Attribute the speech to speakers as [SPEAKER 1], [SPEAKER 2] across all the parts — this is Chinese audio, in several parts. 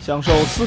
[SPEAKER 1] 享受思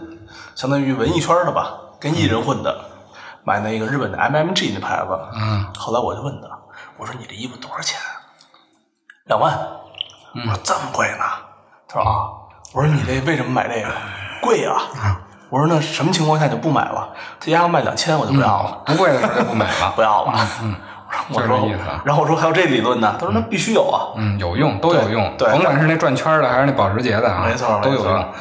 [SPEAKER 2] 相当于文艺圈的吧，跟艺人混的，买那个日本的 MMG 那牌子。
[SPEAKER 3] 嗯，
[SPEAKER 2] 后来我就问他，我说你这衣服多少钱啊？两万。我
[SPEAKER 3] 嗯
[SPEAKER 2] 说这么贵呢？他说啊。我说你这为什么买这个？贵呀、
[SPEAKER 3] 嗯
[SPEAKER 2] 我说那什么情况下就不买了？这家伙卖两千我就不要了，
[SPEAKER 3] 不贵的时候就不买了
[SPEAKER 2] 不。要了。嗯，我
[SPEAKER 3] 就是
[SPEAKER 2] 说
[SPEAKER 3] 这意思啊
[SPEAKER 2] 然后我说还有这理论呢？他说那必须有啊。
[SPEAKER 3] 嗯，有用，都有用，
[SPEAKER 2] 对对
[SPEAKER 3] 甭管是那转圈儿的还是那保时捷的啊，
[SPEAKER 2] 没错
[SPEAKER 3] 都有
[SPEAKER 2] 没
[SPEAKER 3] 用
[SPEAKER 2] 错。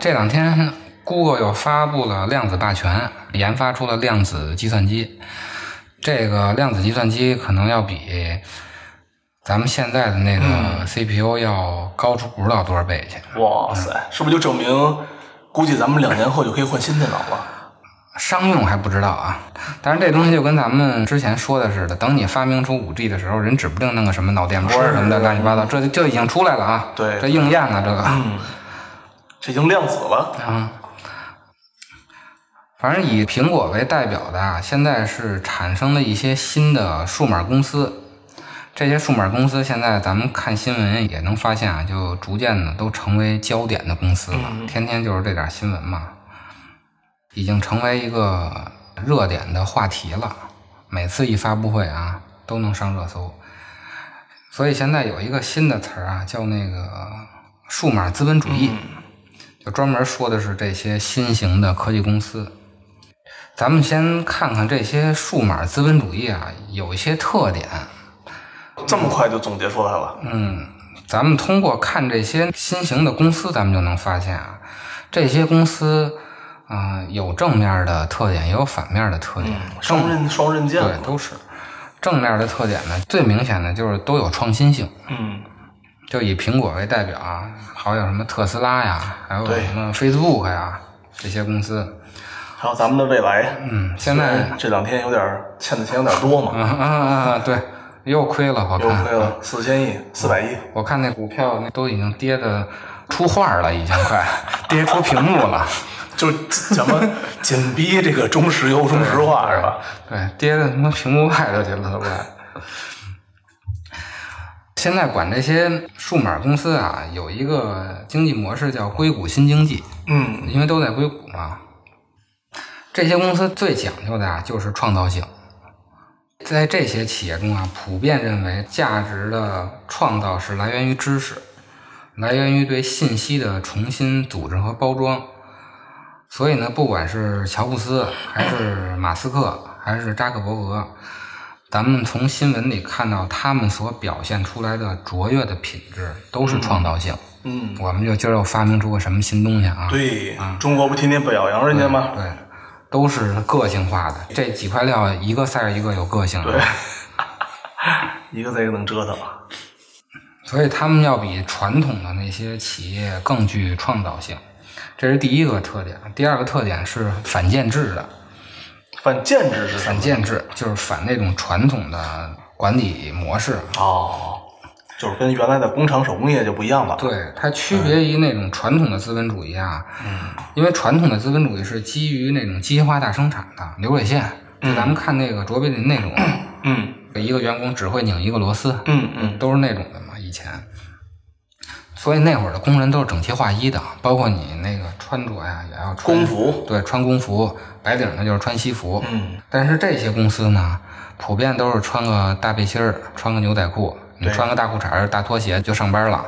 [SPEAKER 3] 这两天，Google 又发布了量子霸权，研发出了量子计算机。这个量子计算机可能要比咱们现在的那
[SPEAKER 2] 嗯
[SPEAKER 3] 个 CPU 要高出不知道多少倍去。
[SPEAKER 2] 哇塞，是不是就证明，估计咱们两年后就可以换新电脑了？
[SPEAKER 3] 商用还不知道啊，但是这东西就跟咱们之前说的似的，等你发明出五 G 的时候，人指不定弄个什么脑电波什么的乱七八糟，这就已经出来了啊。
[SPEAKER 2] 对嗯
[SPEAKER 3] 这应验了这个。
[SPEAKER 2] 这已经量子了。
[SPEAKER 3] 啊，反正以苹果为代表的啊，现在是产生了一些新的数码公司。这些数码公司现在咱们看新闻也能发现啊，就逐渐的都成为焦点的公司了，天天就是这点新闻嘛，已经成为一个热点的话题了。每次一发布会啊，都能上热搜。所以现在有一个新的词儿啊，叫那个数码资本主义，就专门说的是这些新型的科技公司。咱们先看看这些数码资本主义啊，有一些特点。
[SPEAKER 2] 这么快就总结出来了，
[SPEAKER 3] 咱们通过看这些新型的公司，咱们就能发现啊，这些公司，啊、有正面的特点，也有反面的特点。
[SPEAKER 2] 双刃双刃剑
[SPEAKER 3] 对，
[SPEAKER 2] 嘛，
[SPEAKER 3] 都是正面的特点呢。最明显的就是都有创新性，
[SPEAKER 2] 嗯，
[SPEAKER 3] 就以苹果为代表啊，还有什么特斯拉呀，还有
[SPEAKER 2] 对
[SPEAKER 3] 什么 Facebook 呀这些公司。
[SPEAKER 2] 还有咱们的未来，
[SPEAKER 3] 嗯，现在
[SPEAKER 2] 这两天有点儿欠的钱有点多嘛，
[SPEAKER 3] 啊啊啊，对，又亏了，我
[SPEAKER 2] 又
[SPEAKER 3] 看
[SPEAKER 2] 亏了四千亿、四百亿，
[SPEAKER 3] 我看那股票那都已经跌的出画了，已经 快跌出屏幕了。
[SPEAKER 2] 就咱们紧逼这个中石油、中石化是吧？
[SPEAKER 3] 对，跌到他妈屏幕外头去了都快。现在管这些数码公司啊，有一个经济模式叫硅谷新经济，
[SPEAKER 2] 嗯，
[SPEAKER 3] 因为都在硅谷嘛。这些公司最讲究的啊，就是创造性。在这些企业中啊，普遍认为价值的创造是来源于知识，来源于对信息的重新组织和包装。所以呢，不管是乔布斯，还是马斯克，还是扎克伯格，咱们从新闻里看到他们所表现出来的卓越的品质，都是创造性。
[SPEAKER 2] 嗯，
[SPEAKER 3] 我们就今儿又发明出个什么新东西啊？
[SPEAKER 2] 对，中国不天天不表扬人家吗？
[SPEAKER 3] 对，都是个性化的。这几块料一个赛一个有个性的，
[SPEAKER 2] 一个再一个能折腾啊，
[SPEAKER 3] 所以他们要比传统的那些企业更具创造性，这是第一个特点。第二个特点是反建制的，
[SPEAKER 2] 反建制是什
[SPEAKER 3] 反
[SPEAKER 2] 么？
[SPEAKER 3] 建制就是反那种传统的管理模式。
[SPEAKER 2] 哦，就是跟原来的工厂手工业就不一样了。
[SPEAKER 3] 对，它区别于那种传统的资本主义啊，因为传统的资本主义是基于那种机械化大生产的流水线，就咱们看那个卓别林那种，
[SPEAKER 2] 嗯
[SPEAKER 3] 一个员工只会拧一个螺丝，
[SPEAKER 2] 嗯嗯，
[SPEAKER 3] 都是那种的嘛，以前。所以那会儿的工人都是整齐划一的，啊包括你那个穿着呀，也要穿
[SPEAKER 2] 工服，
[SPEAKER 3] 对，穿工服，白领的就是穿西服。
[SPEAKER 2] 嗯，
[SPEAKER 3] 但是这些公司呢，普遍都是穿个大背心儿，穿个牛仔裤，你
[SPEAKER 2] 对
[SPEAKER 3] 穿个大裤衩儿、大拖鞋就上班了，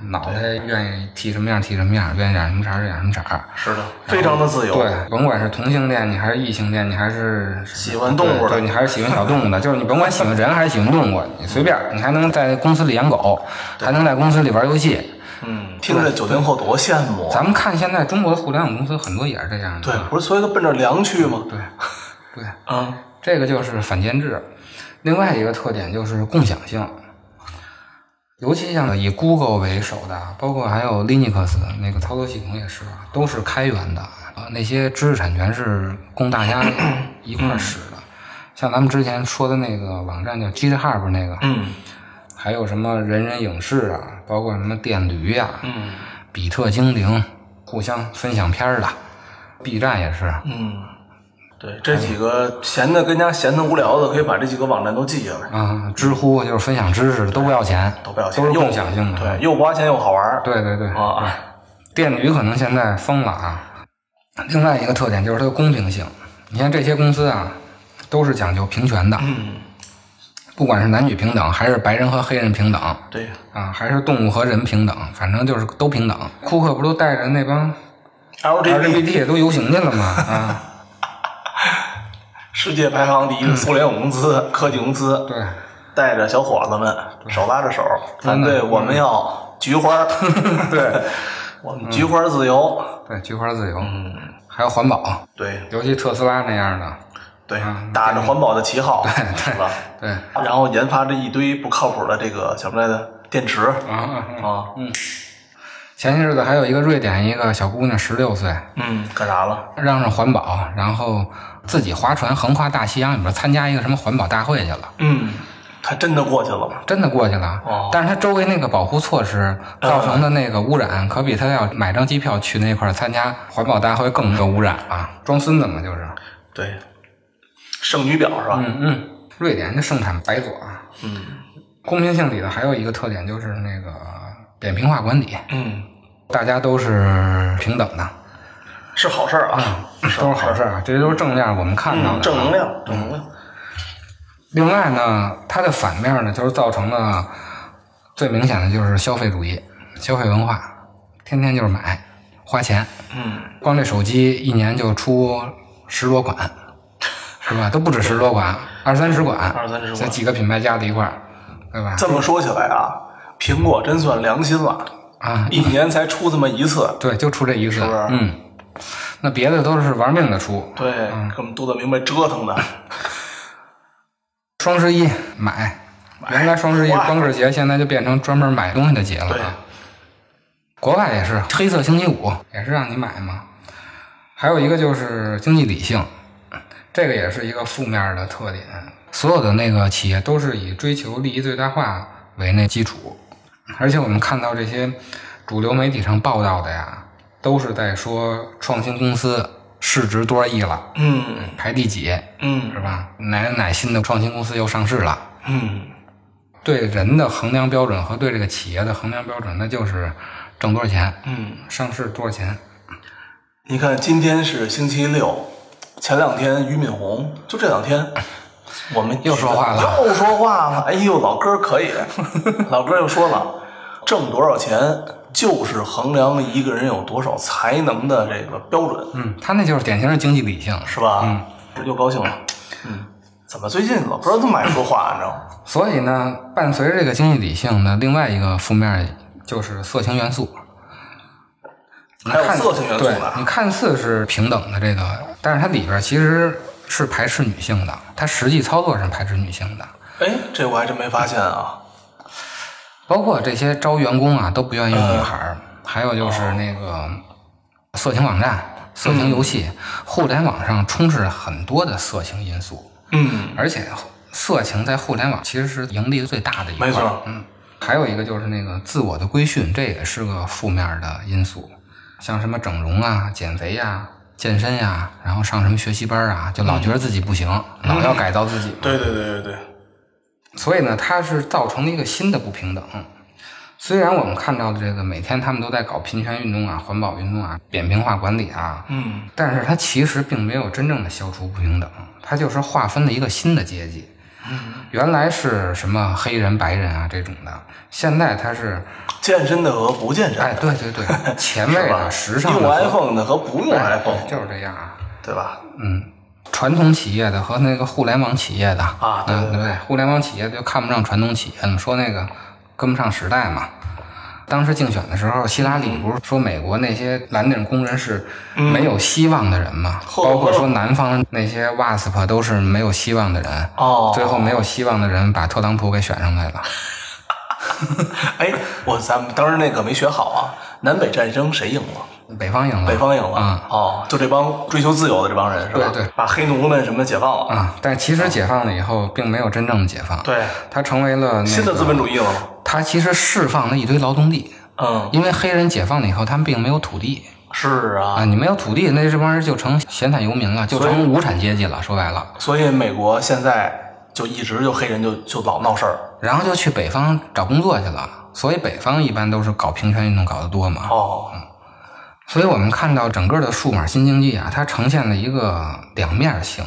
[SPEAKER 3] 脑袋愿意剃什么样剃什么样，愿意染什么色儿染什么色儿。
[SPEAKER 2] 是的， 非常的自由。嗯
[SPEAKER 3] 对，甭管是同性恋，你还是异性恋，你还是
[SPEAKER 2] 喜欢动物的
[SPEAKER 3] 对对你还是喜欢小动物的，就是你甭管喜欢人还是喜欢动物，你随便，你还能在公司里养狗，还能在公司里玩游戏。
[SPEAKER 2] 嗯，听着九零后多羡慕啊。
[SPEAKER 3] 咱们看现在中国的互联网公司很多也是这样的，
[SPEAKER 2] 对，不是所以都奔着粮去吗？
[SPEAKER 3] 对对，
[SPEAKER 2] 啊，
[SPEAKER 3] 这个就是反建制。另外一个特点就是共享性，尤其像以 Google 为首的，包括还有 Linux 那个操作系统也是啊，都是开源的，呃，那些知识产权是供大家一块儿使的。像咱们之前说的那个网站叫 GitHub 那个，
[SPEAKER 2] 嗯
[SPEAKER 3] 还有什么人人影视啊，包括什么电驴呀、
[SPEAKER 2] 嗯
[SPEAKER 3] 比特精灵，互相分享片儿的，B 站也是，
[SPEAKER 2] 嗯，对，这几个闲的跟家闲的无聊的，可以把这几个网站都记下来，
[SPEAKER 3] 啊，知乎就是分享知识，都不要钱，
[SPEAKER 2] 都不要钱，
[SPEAKER 3] 都是
[SPEAKER 2] 又
[SPEAKER 3] 共享性的。啊
[SPEAKER 2] 对，又不花钱又好玩儿。
[SPEAKER 3] 对对对
[SPEAKER 2] 啊，
[SPEAKER 3] 电驴可能现在疯了啊。另外一个特点就是它的公平性，你看这些公司啊，都是讲究平权的，
[SPEAKER 2] 嗯，
[SPEAKER 3] 不管是男女平等，还是白人和黑人平等，
[SPEAKER 2] 对，
[SPEAKER 3] 啊，还是动物和人平等，反正就是都平等。库克不都带着那帮
[SPEAKER 2] LGBT
[SPEAKER 3] LGBT 都游行去了吗？啊，
[SPEAKER 2] 世界排行第一的苏联公司、科技公司，
[SPEAKER 3] 嗯对，
[SPEAKER 2] 带着小伙子们手拉着手，反对我
[SPEAKER 3] 嗯
[SPEAKER 2] 们要菊花， 对，我们菊花自由，
[SPEAKER 3] 对，菊花自由，
[SPEAKER 2] 嗯
[SPEAKER 3] 还有环保，
[SPEAKER 2] 对
[SPEAKER 3] 尤其特斯拉那样的，
[SPEAKER 2] 对，打着环保的旗号，是吧？
[SPEAKER 3] 对，
[SPEAKER 2] 然后研发这一堆不靠谱的这个叫什么来着？电池
[SPEAKER 3] 啊啊，啊
[SPEAKER 2] 啊，
[SPEAKER 3] 前些日子还有一个瑞典一个小姑娘，十六岁，
[SPEAKER 2] 嗯，干啥了？
[SPEAKER 3] 嚷嚷环保，然后自己划船横跨大西洋里边参加一个什么环保大会去了。
[SPEAKER 2] 嗯，他真的过去了吗？
[SPEAKER 3] 真的过去了。
[SPEAKER 2] 哦
[SPEAKER 3] 但是它周围那个保护措施造成的那个污染，可比他要买张机票去那块儿参加环保大会更有污染啊！装孙子嘛，就是。
[SPEAKER 2] 对，剩女表是吧？
[SPEAKER 3] 嗯嗯，瑞典就盛产白左啊。
[SPEAKER 2] 嗯
[SPEAKER 3] 公平性里的还有一个特点就是那个扁平化管理，
[SPEAKER 2] 嗯，
[SPEAKER 3] 大家都是平等的，
[SPEAKER 2] 是好事儿啊，
[SPEAKER 3] 都是好事啊，这些都是正面我们看到
[SPEAKER 2] 嗯，
[SPEAKER 3] 的、
[SPEAKER 2] 正能。量，正能量。
[SPEAKER 3] 另外呢，它的反面呢，就是造成了最明显的就是消费主义、消费文化，天天就是买花钱，
[SPEAKER 2] 嗯，
[SPEAKER 3] 光这手机一年就出十多款，是吧？都不止十多款，二三十款，
[SPEAKER 2] 二三十款
[SPEAKER 3] 这几个品牌加在一块儿，对吧？
[SPEAKER 2] 这么说起来啊，苹果真算良心了，
[SPEAKER 3] 啊，
[SPEAKER 2] 一年才出这么一次。
[SPEAKER 3] 对，就出这一个，
[SPEAKER 2] 是不是
[SPEAKER 3] 嗯，那别的都是玩命的出，
[SPEAKER 2] 对，嗯给我们杜得明白折腾的，
[SPEAKER 3] 双十一买，原来双十一
[SPEAKER 2] 哇
[SPEAKER 3] 光是节，现在就变成专门买东西的节了
[SPEAKER 2] 对
[SPEAKER 3] 啊。国外也是黑色星期五，也是让你买嘛。还有一个就是经济理性，这个也是一个负面的特点。所有的那个企业都是以追求利益最大化为那基础，而且我们看到这些主流媒体上报道的呀，都是在说创新公司市值多少亿了，
[SPEAKER 2] 嗯
[SPEAKER 3] 排第几，
[SPEAKER 2] 嗯
[SPEAKER 3] 是吧？哪哪新的创新公司又上市了？
[SPEAKER 2] 嗯，
[SPEAKER 3] 对人的衡量标准和对这个企业的衡量标准，那就是挣多少钱，
[SPEAKER 2] 嗯，
[SPEAKER 3] 上市多少钱。
[SPEAKER 2] 你看今天是星期六，前两天俞敏洪，就这两天。我们
[SPEAKER 3] 又说话了
[SPEAKER 2] 又说话了。哎呦，老哥儿可以，老哥儿又说了，挣多少钱就是衡量一个人有多少才能的这个标准。
[SPEAKER 3] 嗯，他那就是典型的经济理性。
[SPEAKER 2] 是吧？嗯，又高兴了。嗯，怎么最近老哥都爱说话，啊你知道吗？
[SPEAKER 3] 所以呢，伴随着这个经济理性的另外一个负面就是色情元素。你
[SPEAKER 2] 还有
[SPEAKER 3] 看
[SPEAKER 2] 色情元素
[SPEAKER 3] 对
[SPEAKER 2] 呢，
[SPEAKER 3] 你看似是平等的这个，但是它里边其实是排斥女性的，它实际操作是排斥女性的。
[SPEAKER 2] 哎，这我还真没发现啊。
[SPEAKER 3] 包括这些招员工啊，都不愿意用
[SPEAKER 2] 嗯
[SPEAKER 3] 女孩儿。还有就是
[SPEAKER 2] 哦
[SPEAKER 3] 那个色情网站、色
[SPEAKER 2] 嗯
[SPEAKER 3] 情游戏、互联网上充斥着很多的色情因素，
[SPEAKER 2] 嗯，
[SPEAKER 3] 而且色情在互联网其实是盈利最大的一块。
[SPEAKER 2] 没错，
[SPEAKER 3] 嗯。还有一个就是那个自我的规训，这也是个负面的因素，像什么整容啊、减肥呀、健身呀、然后上什么学习班儿啊，就
[SPEAKER 2] 嗯
[SPEAKER 3] 老觉得自己不行，老要改造自己。
[SPEAKER 2] 对对对对对，
[SPEAKER 3] 所以呢，它是造成了一个新的不平等。虽然我们看到的这个每天他们都在搞平权运动啊、环保运动啊、扁平化管理啊，
[SPEAKER 2] 嗯，
[SPEAKER 3] 但是它其实并没有真正的消除不平等，它就是划分了一个新的阶级。原来是什么黑人、白人啊这种的，现在它是，
[SPEAKER 2] 健身的和不健身的，
[SPEAKER 3] 哎，对对对，前 卫
[SPEAKER 2] 是吧？
[SPEAKER 3] 的、时尚的
[SPEAKER 2] 用
[SPEAKER 3] 和
[SPEAKER 2] iPhone 的和不用
[SPEAKER 3] 哎
[SPEAKER 2] iPhone，
[SPEAKER 3] 对就是这样啊。
[SPEAKER 2] 对吧？
[SPEAKER 3] 嗯，传统企业的和那个互联网企业的
[SPEAKER 2] 啊对
[SPEAKER 3] 嗯
[SPEAKER 2] 对
[SPEAKER 3] 对不对？互联网企业就看不上传统企业，你说那个跟不上时代嘛。当时竞选的时候，希拉里不是说美国那些蓝领工人是没有希望的人嘛？
[SPEAKER 2] 嗯呵
[SPEAKER 3] 包括说南方那些 WASP 都是没有希望的人。
[SPEAKER 2] 哦
[SPEAKER 3] 最后没有希望的人把特朗普给选上来了。
[SPEAKER 2] 哎，我咱们当时那个没学好啊。南北战争谁赢了？
[SPEAKER 3] 北方赢了，
[SPEAKER 2] 北方赢了。
[SPEAKER 3] 啊、
[SPEAKER 2] 哦，就这帮追求自由的这帮人是吧？
[SPEAKER 3] 对对，
[SPEAKER 2] 把黑奴们什么解放了。
[SPEAKER 3] 啊！但其实解放了以后，并没有真正的解放，
[SPEAKER 2] 对，
[SPEAKER 3] 它成为了、那个、
[SPEAKER 2] 新的资本主义了吗？
[SPEAKER 3] 它其实释放了一堆劳动力。
[SPEAKER 2] 嗯，
[SPEAKER 3] 因为黑人解放了以后，他们并没有土地
[SPEAKER 2] 是啊
[SPEAKER 3] 啊，，你没有土地，那这帮人就成闲散游民了，就成无产阶级了。说白了，
[SPEAKER 2] 所以美国现在就一直就黑人就就老闹事儿
[SPEAKER 3] 然后就去北方找工作去了。所以北方一般都是搞平权运动搞得多嘛。
[SPEAKER 2] 哦，
[SPEAKER 3] 嗯所以我们看到整个的数码新经济啊，它呈现了一个两面性。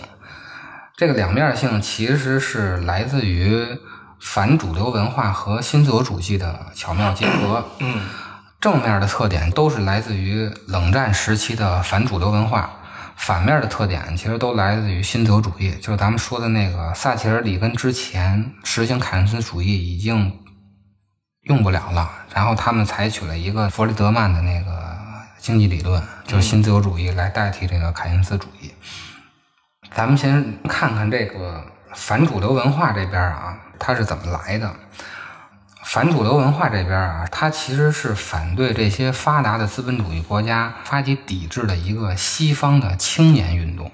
[SPEAKER 3] 这个两面性其实是来自于反主流文化和新自由主义的巧妙结合。
[SPEAKER 2] 嗯
[SPEAKER 3] 正面的特点都是来自于冷战时期的反主流文化，反面的特点其实都来自于新自由主义，就是咱们说的那个撒切尔里根之前实行凯恩斯主义已经用不了了，然后他们采取了一个弗里德曼的那个经济理论，就是新自由主义来代替这个凯恩斯主义。咱们先看看这个反主流文化这边啊，它是怎么来的。反主流文化这边啊，它其实是反对这些发达的资本主义国家发起抵制的一个西方的青年运动。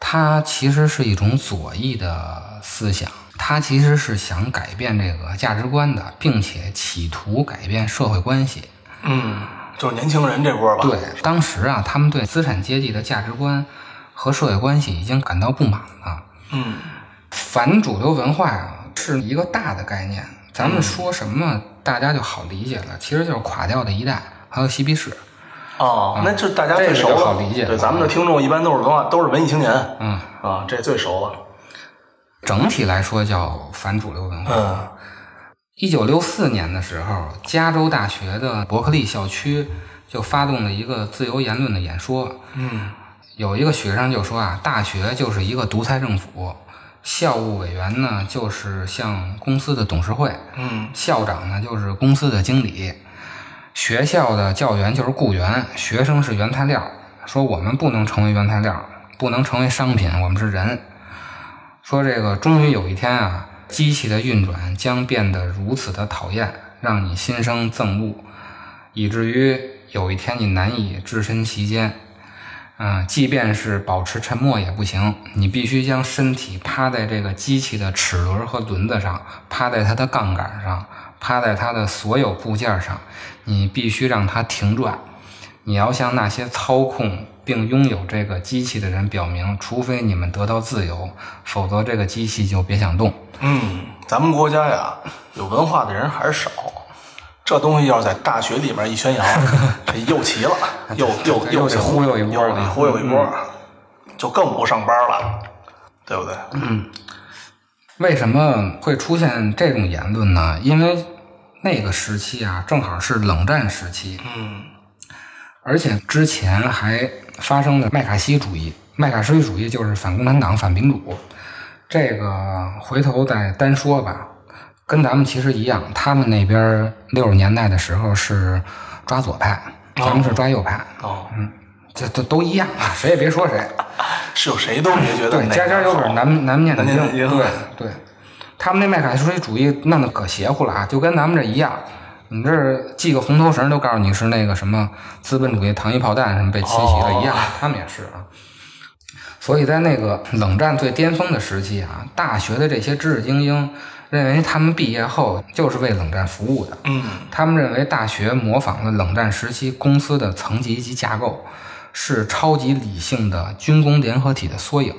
[SPEAKER 3] 它其实是一种左翼的思想，他其实是想改变这个价值观的，并且企图改变社会关系。
[SPEAKER 2] 嗯，就是年轻人这波吧。
[SPEAKER 3] 对，当时啊，他们对资产阶级的价值观和社会关系已经感到不满了。
[SPEAKER 2] 嗯
[SPEAKER 3] 反主流文化啊，是一个大的概念，咱们说什么大家就好理解了，其实就是垮掉的一代，还有嬉皮士。
[SPEAKER 2] 哦，那就大家最熟
[SPEAKER 3] 嗯这个就
[SPEAKER 2] 了
[SPEAKER 3] 好，理解
[SPEAKER 2] 对，
[SPEAKER 3] 了
[SPEAKER 2] 咱们的听众一般都是文化，都是文艺青年
[SPEAKER 3] 嗯，
[SPEAKER 2] 啊，这最熟了。
[SPEAKER 3] 整体来说叫反主流文化。
[SPEAKER 2] 嗯
[SPEAKER 3] 一九六四年的时候，加州大学的伯克利校区就发动了一个自由言论的演说。
[SPEAKER 2] 嗯
[SPEAKER 3] 有一个学生就说啊，大学就是一个独裁政府，校务委员呢就是像公司的董事会，
[SPEAKER 2] 嗯
[SPEAKER 3] 校长呢就是公司的经理，学校的教员就是雇员，学生是原材料。说我们不能成为原材料，不能成为商品，我们是人。说这个终于有一天啊，机器的运转将变得如此的讨厌，让你心生憎恶，以至于有一天你难以置身其间。啊、即便是保持沉默也不行，你必须将身体趴在这个机器的齿轮和轮子上，趴在它的杠杆上，趴在它的所有部件上，你必须让它停转。你要向那些操控并拥有这个机器的人表明，除非你们得到自由，否则这个机器就别想动。
[SPEAKER 2] 嗯，咱们国家呀，有文化的人还是少。这东西要是在大学里面一 宣扬，这又齐了，又又
[SPEAKER 3] 这
[SPEAKER 2] 又
[SPEAKER 3] 又得忽悠一波
[SPEAKER 2] 又
[SPEAKER 3] 了嗯
[SPEAKER 2] 得忽悠一波，就更不上班了，对不对？
[SPEAKER 3] 为什么会出现这种言论呢？因为那个时期啊，正好是冷战时期，
[SPEAKER 2] 嗯
[SPEAKER 3] 而且之前还发生了麦卡锡主义，麦卡锡主义就是反共产党、反民主。这个回头再单说吧，跟咱们其实一样，他们那边六十年代的时候是抓左派，咱们是抓右派，
[SPEAKER 2] 哦，
[SPEAKER 3] 这都都一样，谁也别说谁。
[SPEAKER 2] 是有谁都别觉得
[SPEAKER 3] 对，
[SPEAKER 2] 哪个
[SPEAKER 3] 家家有本
[SPEAKER 2] 好
[SPEAKER 3] 难难念的
[SPEAKER 2] 难
[SPEAKER 3] 经
[SPEAKER 2] 念的。经
[SPEAKER 3] 对对，他们那麦卡锡主义弄得可邪乎了啊，就跟咱们这一样。你这儿系个红头绳，都告诉你是那个什么资本主义糖衣炮弹什么被侵袭了一样，他们也是啊。所以在那个冷战最巅峰的时期啊，大学的这些知识精英认为他们毕业后就是为冷战服务的，
[SPEAKER 2] 嗯
[SPEAKER 3] 他们认为大学模仿了冷战时期公司的层级及架构，是超级理性的军工联合体的缩影。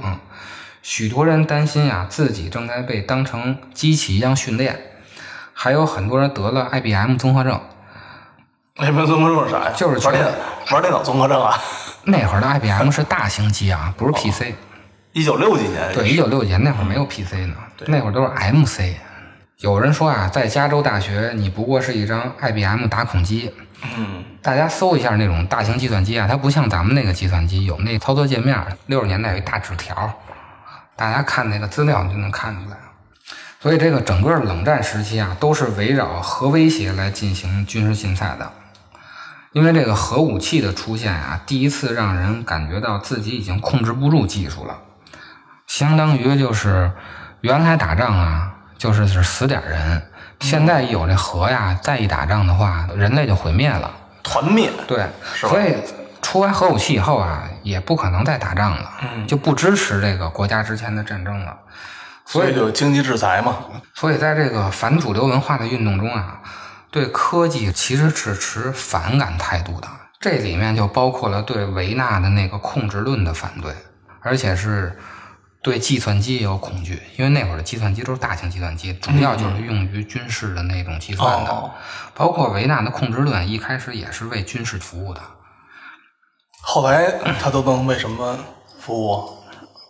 [SPEAKER 3] 许多人担心啊，自己正在被当成机器一样训练，还有很多人得了 IBM 综合症。
[SPEAKER 2] 那边综合症是啥呀？
[SPEAKER 3] 就是
[SPEAKER 2] 玩电
[SPEAKER 3] 觉得
[SPEAKER 2] 玩电脑综合症啊！
[SPEAKER 3] 那会儿的 IBM 是大型机啊，不是 PC。
[SPEAKER 2] 一九六几年，
[SPEAKER 3] 对，一九六几年那会儿没有 PC 呢，那会儿都是 MC。有人说啊，在加州大学你不过是一张 IBM 打孔机，
[SPEAKER 2] 嗯
[SPEAKER 3] 大家搜一下那种大型计算机啊，它不像咱们那个计算机有那操作界面，六十年代有一大纸条，大家看那个资料你就能看出来。所以这个整个冷战时期啊，都是围绕核威胁来进行军事竞赛的。因为这个核武器的出现啊，第一次让人感觉到自己已经控制不住技术了，相当于就是原来打仗啊，就是是死点儿人，现在有这核呀，再一打仗的话，人类就毁灭了。
[SPEAKER 2] 团灭，
[SPEAKER 3] 对，
[SPEAKER 2] 吧
[SPEAKER 3] 所以出完核武器以后啊，也不可能再打仗了，就不支持这个国家之前的战争了。
[SPEAKER 2] 所以就有经济制裁嘛。
[SPEAKER 3] 所以在这个反主流文化的运动中啊，对科技其实是持反感态度的。这里面就包括了对维纳的那个控制论的反对，而且是对计算机也有恐惧，因为那会儿的计算机都是大型计算机，主要就是用于军事的那种计算的。
[SPEAKER 2] 哦
[SPEAKER 3] 包括维纳的控制论，一开始也是为军事服务的。
[SPEAKER 2] 后来他都能为什么服务？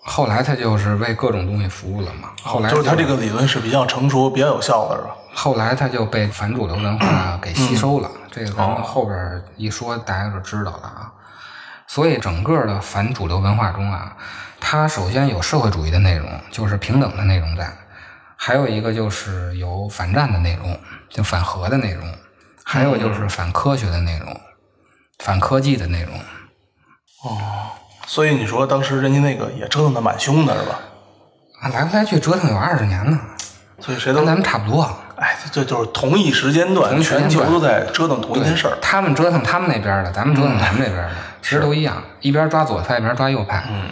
[SPEAKER 3] 后来他就是为各种东西服务了嘛。后来
[SPEAKER 2] 哦就是他
[SPEAKER 3] 就
[SPEAKER 2] 这个理论是比较成熟、比较有效的，是吧？
[SPEAKER 3] 后来他就被反主流文化给吸收了，这个咱们后边一说大家就知道了啊。所以整个的反主流文化中啊，它首先有社会主义的内容，就是平等的内容在；还有一个就是有反战的内容，就反核的内容；还有就是反科学的内容，反科技的内容。
[SPEAKER 2] 所以你说当时人家那个也折腾的蛮凶的，是吧？
[SPEAKER 3] 啊，来不来去折腾有二十年呢，
[SPEAKER 2] 所以谁都
[SPEAKER 3] 跟咱们差不多。
[SPEAKER 2] 哎，这就是同一时间段，
[SPEAKER 3] 同一时间
[SPEAKER 2] 全
[SPEAKER 3] 段
[SPEAKER 2] 球都在折腾同一件事儿。
[SPEAKER 3] 他们折腾他们那边的，咱们折腾咱们这边的，其实都一样，一边抓左派，一边抓右派。嗯，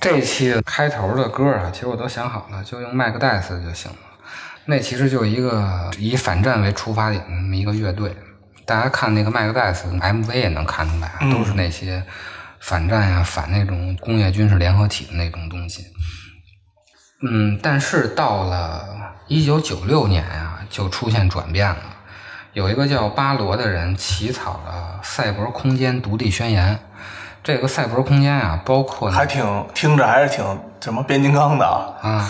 [SPEAKER 3] 这期的开头的歌啊，其实我都想好了，就用麦克戴斯就行了。那其实就一个以反战为出发点的那么一个乐队，大家看那个麦克戴斯 MV 也能看出来啊，都是那些反战呀、反那种工业军事联合体的那种东西。嗯，但是到了一九九六年啊，就出现转变了。有一个叫巴罗的人起草了《赛博空间独立宣言》，这个赛博空间啊，包括那
[SPEAKER 2] 还挺听着还是挺什么变形金刚的啊，
[SPEAKER 3] 啊，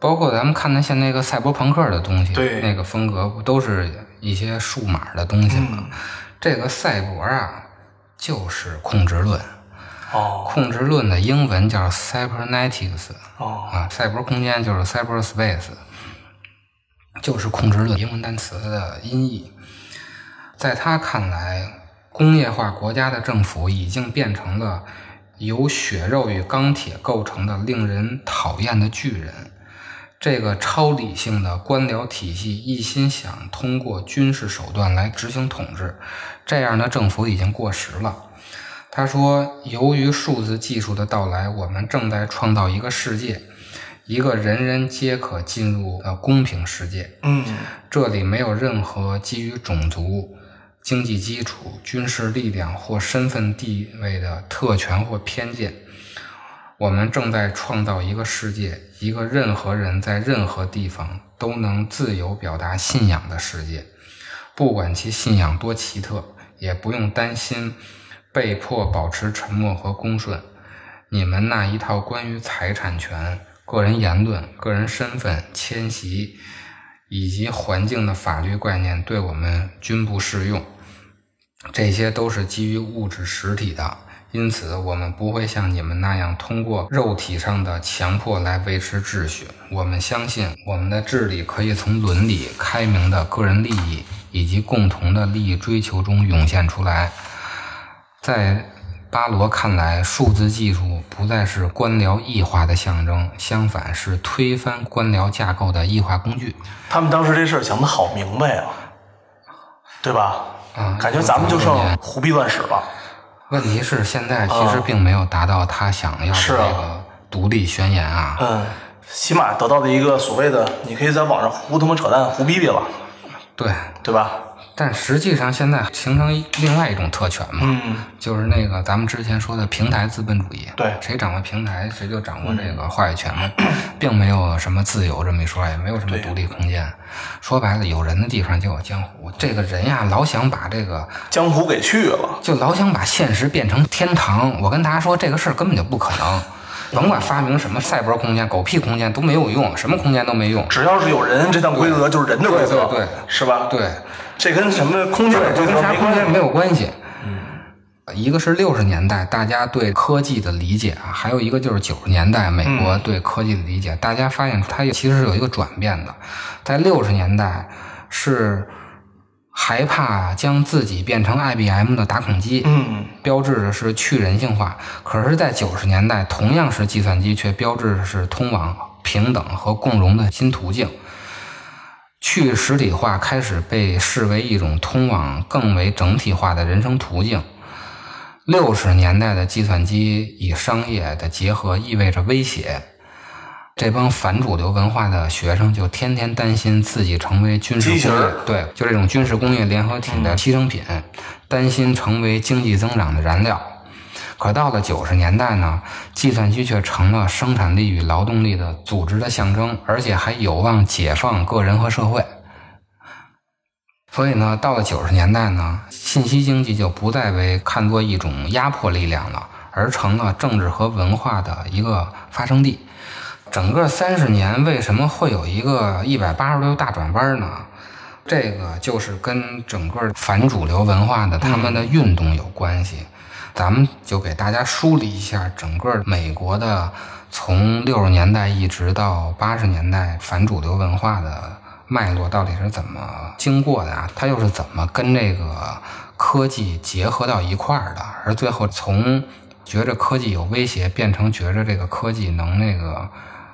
[SPEAKER 3] 包括咱们看的现在那个赛博朋克的东西，
[SPEAKER 2] 对
[SPEAKER 3] 那个风格不都是一些数码的东西吗？这个赛博啊，就是控制论，
[SPEAKER 2] 哦
[SPEAKER 3] 控制论的英文叫 cybernetics
[SPEAKER 2] 哦，
[SPEAKER 3] 啊，赛博空间就是 cyberspace，就是控制论英文单词的音译。在他看来，工业化国家的政府已经变成了由血肉与钢铁构成的令人讨厌的巨人。这个超理性的官僚体系一心想通过军事手段来执行统治，这样的政府已经过时了。他说：“由于数字技术的到来，我们正在创造一个世界，一个人人皆可进入的公平世界。
[SPEAKER 2] 嗯
[SPEAKER 3] 这里没有任何基于种族、经济基础、军事力量或身份地位的特权或偏见。我们正在创造一个世界，一个任何人在任何地方都能自由表达信仰的世界，不管其信仰多奇特，也不用担心被迫保持沉默和恭顺。你们那一套关于财产权、个人言论、个人身份、迁徙以及环境的法律概念，对我们均不适用。这些都是基于物质实体的，因此我们不会像你们那样通过肉体上的强迫来维持秩序。我们相信我们的治理可以从伦理、开明的个人利益以及共同的利益追求中涌现出来。在巴罗看来，数字技术不再是官僚异化的象征，相反是推翻官僚架构的异化工具。
[SPEAKER 2] 他们当时这事儿想的好明白啊，对吧？
[SPEAKER 3] 啊
[SPEAKER 2] 感觉咱们就剩胡逼乱使了。
[SPEAKER 3] 问题是，现在其实并没有达到他想
[SPEAKER 2] 啊
[SPEAKER 3] 要的
[SPEAKER 2] 是
[SPEAKER 3] 这
[SPEAKER 2] 啊
[SPEAKER 3] 个独立宣言啊。
[SPEAKER 2] 嗯，起码得到的一个所谓的，你可以在网上胡他妈扯淡、胡逼逼了，
[SPEAKER 3] 对，
[SPEAKER 2] 对吧？
[SPEAKER 3] 但实际上现在形成一另外一种特权嘛，
[SPEAKER 2] 嗯，
[SPEAKER 3] 就是那个咱们之前说的平台资本主义。
[SPEAKER 2] 对嗯
[SPEAKER 3] 谁掌握平台，谁就掌握这个话语权嘛，并没有什么自由这么一说，也没有什么独立空间。说白了，有人的地方就有江湖。这个人呀，老想把这个
[SPEAKER 2] 江湖给去了。
[SPEAKER 3] 就老想把现实变成天堂。我跟大家说，这个事儿根本就不可能。甭管发明什么赛博空间、狗屁空间都没有用，什么空间都没用。
[SPEAKER 2] 只要是有人，这项规则就是人的规则，
[SPEAKER 3] 对对对
[SPEAKER 2] 是吧？，
[SPEAKER 3] 对，
[SPEAKER 2] 这跟什么空间规
[SPEAKER 3] 跟
[SPEAKER 2] 则
[SPEAKER 3] 啥
[SPEAKER 2] 没
[SPEAKER 3] 空
[SPEAKER 2] 关系嗯
[SPEAKER 3] 间。没有关系。一个是六十年代大家对科技的理解啊，还有一个就是九十年代美
[SPEAKER 2] 嗯
[SPEAKER 3] 国对科技的理解，大家发现它也其实是有一个转变的，在六十年代是害怕将自己变成 IBM 的打孔机，
[SPEAKER 2] 嗯，
[SPEAKER 3] 标志着是去人性化。可是，在九十年代，同样是计算机，却标志着是通往平等和共荣的新途径。去实体化开始被视为一种通往更为整体化的人生途径。六十年代的计算机与商业的结合意味着威胁，这帮反主流文化的学生就天天担心自己成为军事
[SPEAKER 2] 畸形
[SPEAKER 3] 工业
[SPEAKER 2] 儿，
[SPEAKER 3] 对，就这种军事工业联合体的牺牲品，担心成为经济增长的燃料。可到了九十年代呢，计算机却成了生产力与劳动力的组织的象征，而且还有望解放个人和社会。所以呢，到了九十年代呢，信息经济就不再为看作一种压迫力量了，而成了政治和文化的一个发生地。整个三十年为什么会有一个一百八十度大转弯呢？这个就是跟整个反主流文化的他们的运动有关系。咱们就给大家梳理一下整个美国的从六十年代一直到八十年代反主流文化的脉络到底是怎么经过的啊？它又是怎么跟这个科技结合到一块儿的？而最后从觉着科技有威胁，变成觉着这个科技能那个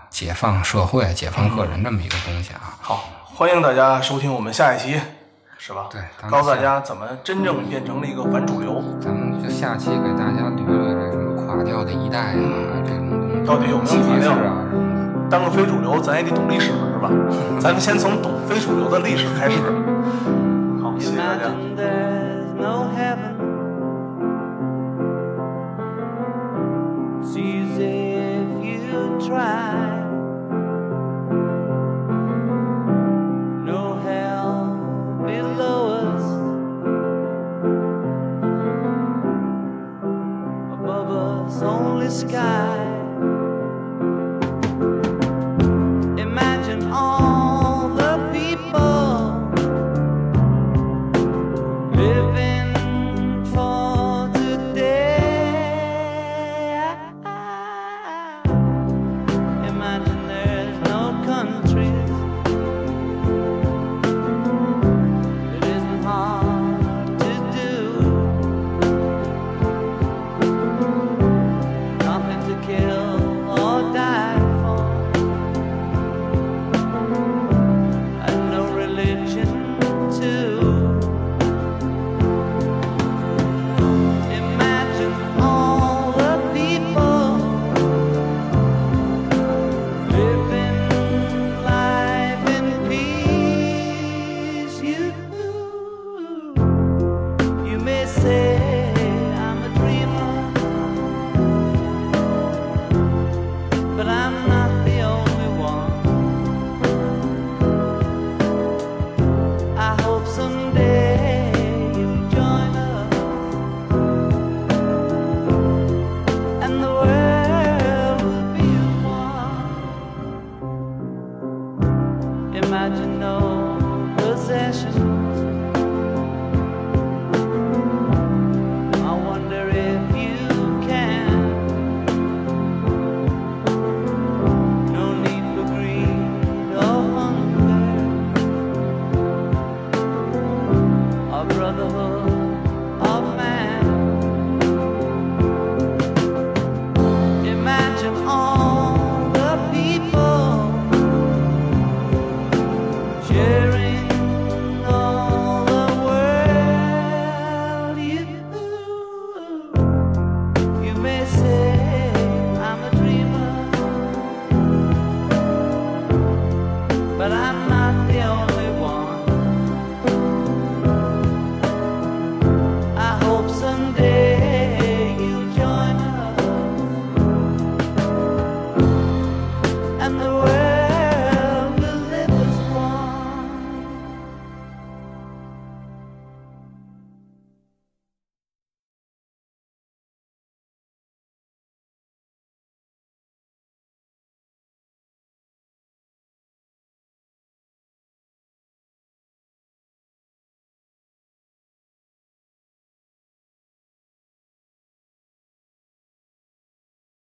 [SPEAKER 3] 解放社会、解放个人这么一个东西啊。
[SPEAKER 2] 好，欢迎大家收听我们下一期，是吧？
[SPEAKER 3] 对咱们
[SPEAKER 2] 告诉大家怎么真正变成了一个反主流。
[SPEAKER 3] 咱们就下期给大家捋一捋这什么垮掉的一代啊，这种
[SPEAKER 2] 到底有没
[SPEAKER 3] 机
[SPEAKER 2] 有含
[SPEAKER 3] 制
[SPEAKER 2] 量？
[SPEAKER 3] 啊什么的。
[SPEAKER 2] 当个非主流，咱也得懂历史是 吧？咱们先从懂非主流的历史开始。好，谢谢大家。
[SPEAKER 4] Imagine there's no heaven. It's easy if you try. No hell below us. Above us, only sky. Imagine all the people living for today. Imagine there's no countries. It isn't hard to do. Nothing to kill or die for. And no religion too. Imagine all the people living life in peace. You, you may say I'm a dreamer, but I'm not the only one. I hope someday you'll join us and the world will be as one. Imagine no possessions.